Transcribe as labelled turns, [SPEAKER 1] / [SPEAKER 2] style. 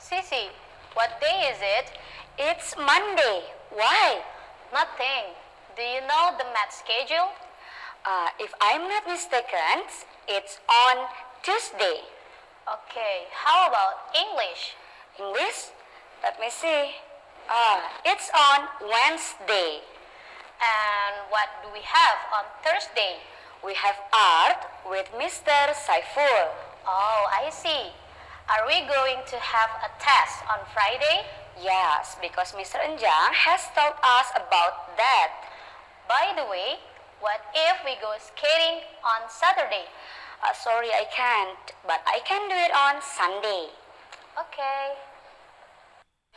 [SPEAKER 1] Sisi, what day is it?
[SPEAKER 2] It's Monday. Why?
[SPEAKER 1] Nothing. Do you know the math schedule?
[SPEAKER 2] Uh, if I'm not mistaken, it's on Tuesday.
[SPEAKER 1] Okay, how about English?
[SPEAKER 2] English? Let me see. Ah, it's on Wednesday.
[SPEAKER 1] And what do we have on Thursday?
[SPEAKER 2] We have art with Mr. Saiful.
[SPEAKER 1] Oh, I see. Are we going to have a test on Friday?
[SPEAKER 2] Yes, because Mr. Enjang has taught us about that.
[SPEAKER 1] By the way, what if we go skating on Saturday?
[SPEAKER 2] Uh, sorry, I can't, but I can do it on Sunday.
[SPEAKER 1] Okay.